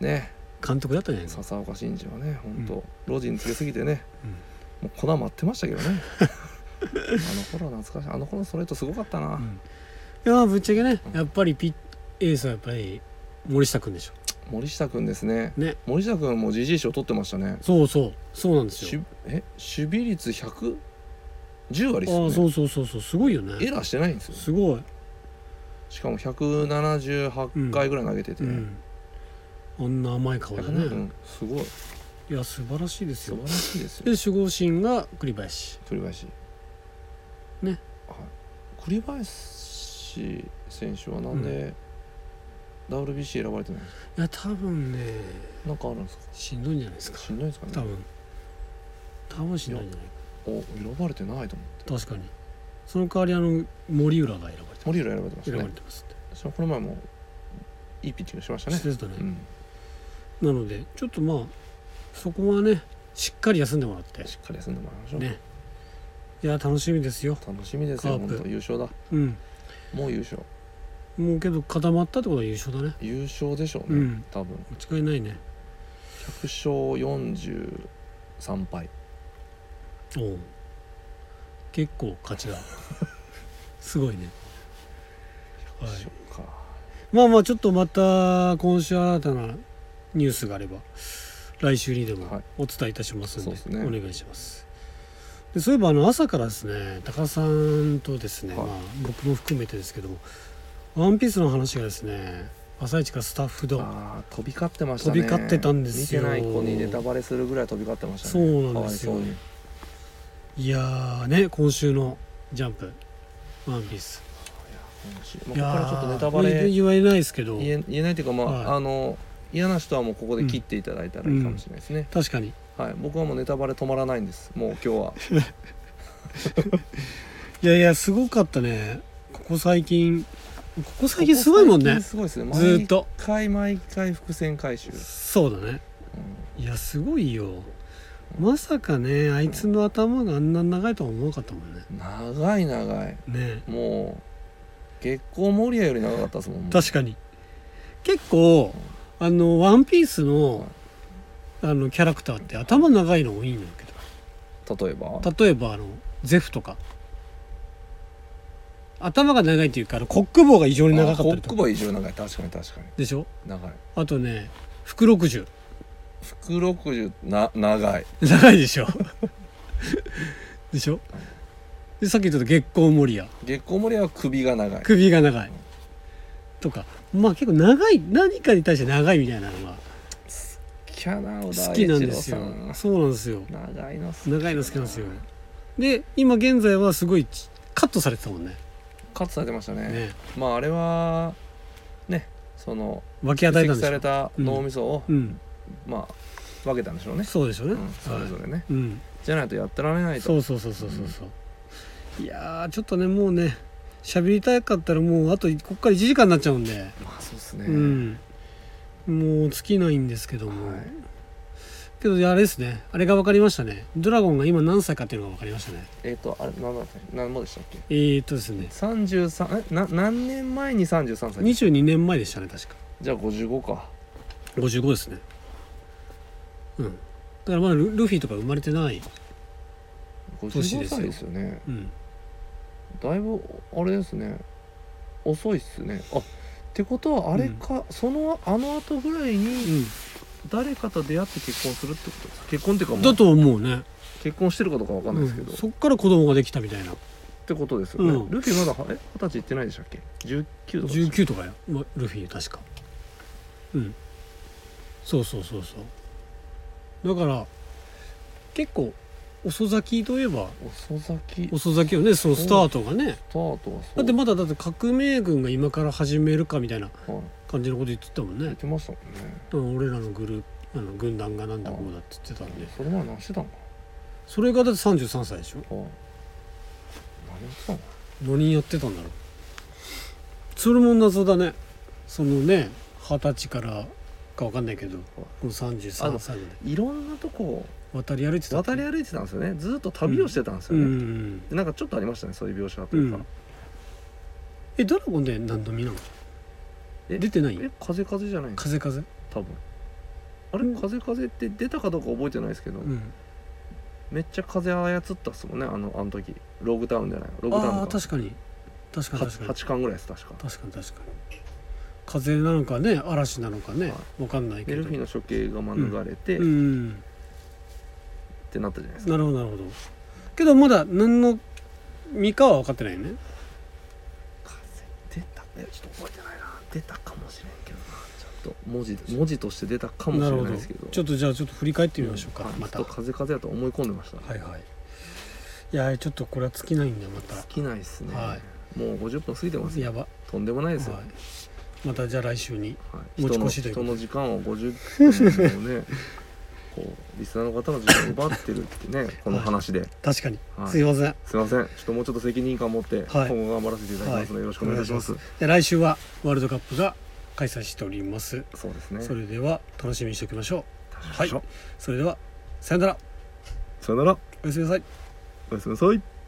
ね監督だったんじゃないの笹岡慎二はね本当、老人つけすぎてねもう粉待ってましたけど [laughs] ねあの頃懐かしいあの頃のストレートすごかったな、うん、うんいやまあぶっちゃけねやっぱりピッエースはやっぱり森下君でしょ森下君ですねね森下君も GG 賞取ってましたねそうそうそうなんですしよえ守備率110割ですあよあねそうそうそうそうすごいよエねラーしてないんですよすごいしかも178回ぐらい投げてて、うん、あんな甘い顔だ100ね、うんすごいいや素晴らしいです素よ晴らしいですよで守護神が栗林栗林ねはい栗林選手はなんで WBC 選ばれてないんですかいや多分ねなんかあるんですかしんどいんじゃないですかしんどいんですかね多分多分しんどいんじゃないお選ばれてないと思ってか確かにその代わりあの森浦が選ばれて森浦選ばれてました選ばれねてますって私もこの前もいいピッチングしましたねしてたね、うんなのでちょっとまあそこはねしっかり休んでもらってしっかり休んでもらいましょうねいや楽しみですよ楽しみですよカー本プ当優勝だうんもう優勝もうけど固まったってことは優勝だね優勝でしょううね、ん多分間違いないね100勝43敗おう結構勝ち [laughs] がすごいねはいそっかまあまあちょっとまた今週新たなニュースがあれば来週にではもいお伝えいたしますそのうですで、ねお願いしますでそういえばあの朝からですね高田さんとですね、はいまあ、僕も含めてですけども「ワンピースの話がですね「朝一からスタッフドあー飛び交ってましたね飛び交ってたんですよ見てない子にネタバレするぐらい飛び交ってましたねそうなんですよかわいそうにいやーね今週の「ジャンプ」「ワンピースまあいやここからちょっとネタバーレ言われないですけど言え言えないというかまあ、はいあの嫌な人はもうここで切っていただいたらいいかもしれないですね、確かにはい僕はもうネタバレ止まらないんですもう今日はいやいやすごかったねここ最近ここ最近すごいもんここ最ね近すごいですねずーっと毎回毎回伏線回収、そうだねういやすごいよまさかねあいつの頭があんな長いとは思わなかったもんねん長い長いねもう月光守屋より長かったですもん確かに結構あの「ワンピースのあのキャラクターって頭長いの多いんだけ例えばど例えばあのゼフとか頭が長いっていうかあのコック帽が異常に長かったりあコッとかクボーイ以上長い確かに確かにでしょ長いあとね服60福60な長い長いでしょ [laughs] でしょでさっき言った月光守屋月光守屋は首が長い首が長いとかまあ結構長い何かに対して長いみたいなのがキャナオ好きなんですよそうなんですよ長いの好き長いの好きなんですよで今現在はすごいちカットされてたもんねカットされてましたねねまああれはねその分け与え蓄たん積でさしょれた脳みそを、うんまあ分けたんでしょうね、そうでしょうね、うん、それぞはいれねうん、じゃないとやってられないとそうそうそうそうそうそういやーちょっとねもうね喋りたかったらもうあとここから1時間になっちゃうんで、まあそうですね、うんもう尽きないんですけども、はいけどあれですねあれが分かりましたねドラゴンが今何歳かっていうのが分かりましたねえっ、とあれ何だったっけ何もでしたっけえー、っとですね三十三えな何年前に三十三歳22年前でしたね確かじゃあ五十五か55ですねうんだからまだルルフィとか生まれてない五年十で五すよ歳ですよねうんだいぶあれですね遅いっすねあってことはあれか、そのあの後ぐらいに誰かと出会って結婚するってことですか結婚っていうかうん、もだうと思うね結婚してるかどうかわかんないですけど、うんっそっから子供ができたみたいなてことですよね、うんルフィまだはえ二十歳いってないでしたっけ十九とかでしたっけ19とかよまルフィ確かうんそうそうそうそうだから結構遅咲きといえば遅咲きス遅咲きよねそのスタートがねタートはそだうってまだだって革命軍が今から始めるかみたいなはい、感じのこと言ってたもん言ねってましたもんうねん俺らのグループあの軍団がなんだこうだって言ってたんでそれ前何してたのそれがだって33歳でしょはい何やってたの何やってたんだろうそれも謎だねそのね二十歳からかわかんないけどこの33歳までいろんなとこを渡り歩いてたって渡り歩いてたんですよねずっと旅をしてたんですうよね、んでなんかちょっとありましたねそういう描写というか、うんえドラゴンで何度見なのえ出てないえ風風じゃないんです風風多分あれ、風風って出たかどうか覚えてないですけど、うんめっちゃ風操ったっすもんねあのあの時ログタウンじゃないログタウンああか確かに確かに確かに 8, 巻ぐらいです確か確かに確かに風なのかね嵐なのかねはわかんないでけルどフィの処刑が免れて、うっんてなったじゃないですかなるほどなるほどけどまだ何の身かは分かってないよね風出たえちょっと覚えてないな出たかもしれんけどなちょっと文字文字として出たかもしなるれほないどですけどちょっとじゃあちょっと振り返ってみましょうか、んまたちょはっと風風だと思い込んでました、いはいいやーちょっとこれは尽きないんでま好たきないですね、はもう50分過ぎてますよやば、はとんでもないですよ、はいい、またじゃあ来週に人の持ち越しというこ人との時間を50分もねこうリスナーの方の時間を奪ってるってねこの話で、確かに、はいすいませんすいませんちょっともうちょっと責任感を持っては今い後頑張らせていただきますのはいで、よろしくお願いいたしますおで来週はワールドカップが開催しておりますそうですねそれでは楽しみにしておきましょうははいいそれではさよならさよならおやすみなさいおやすみなさい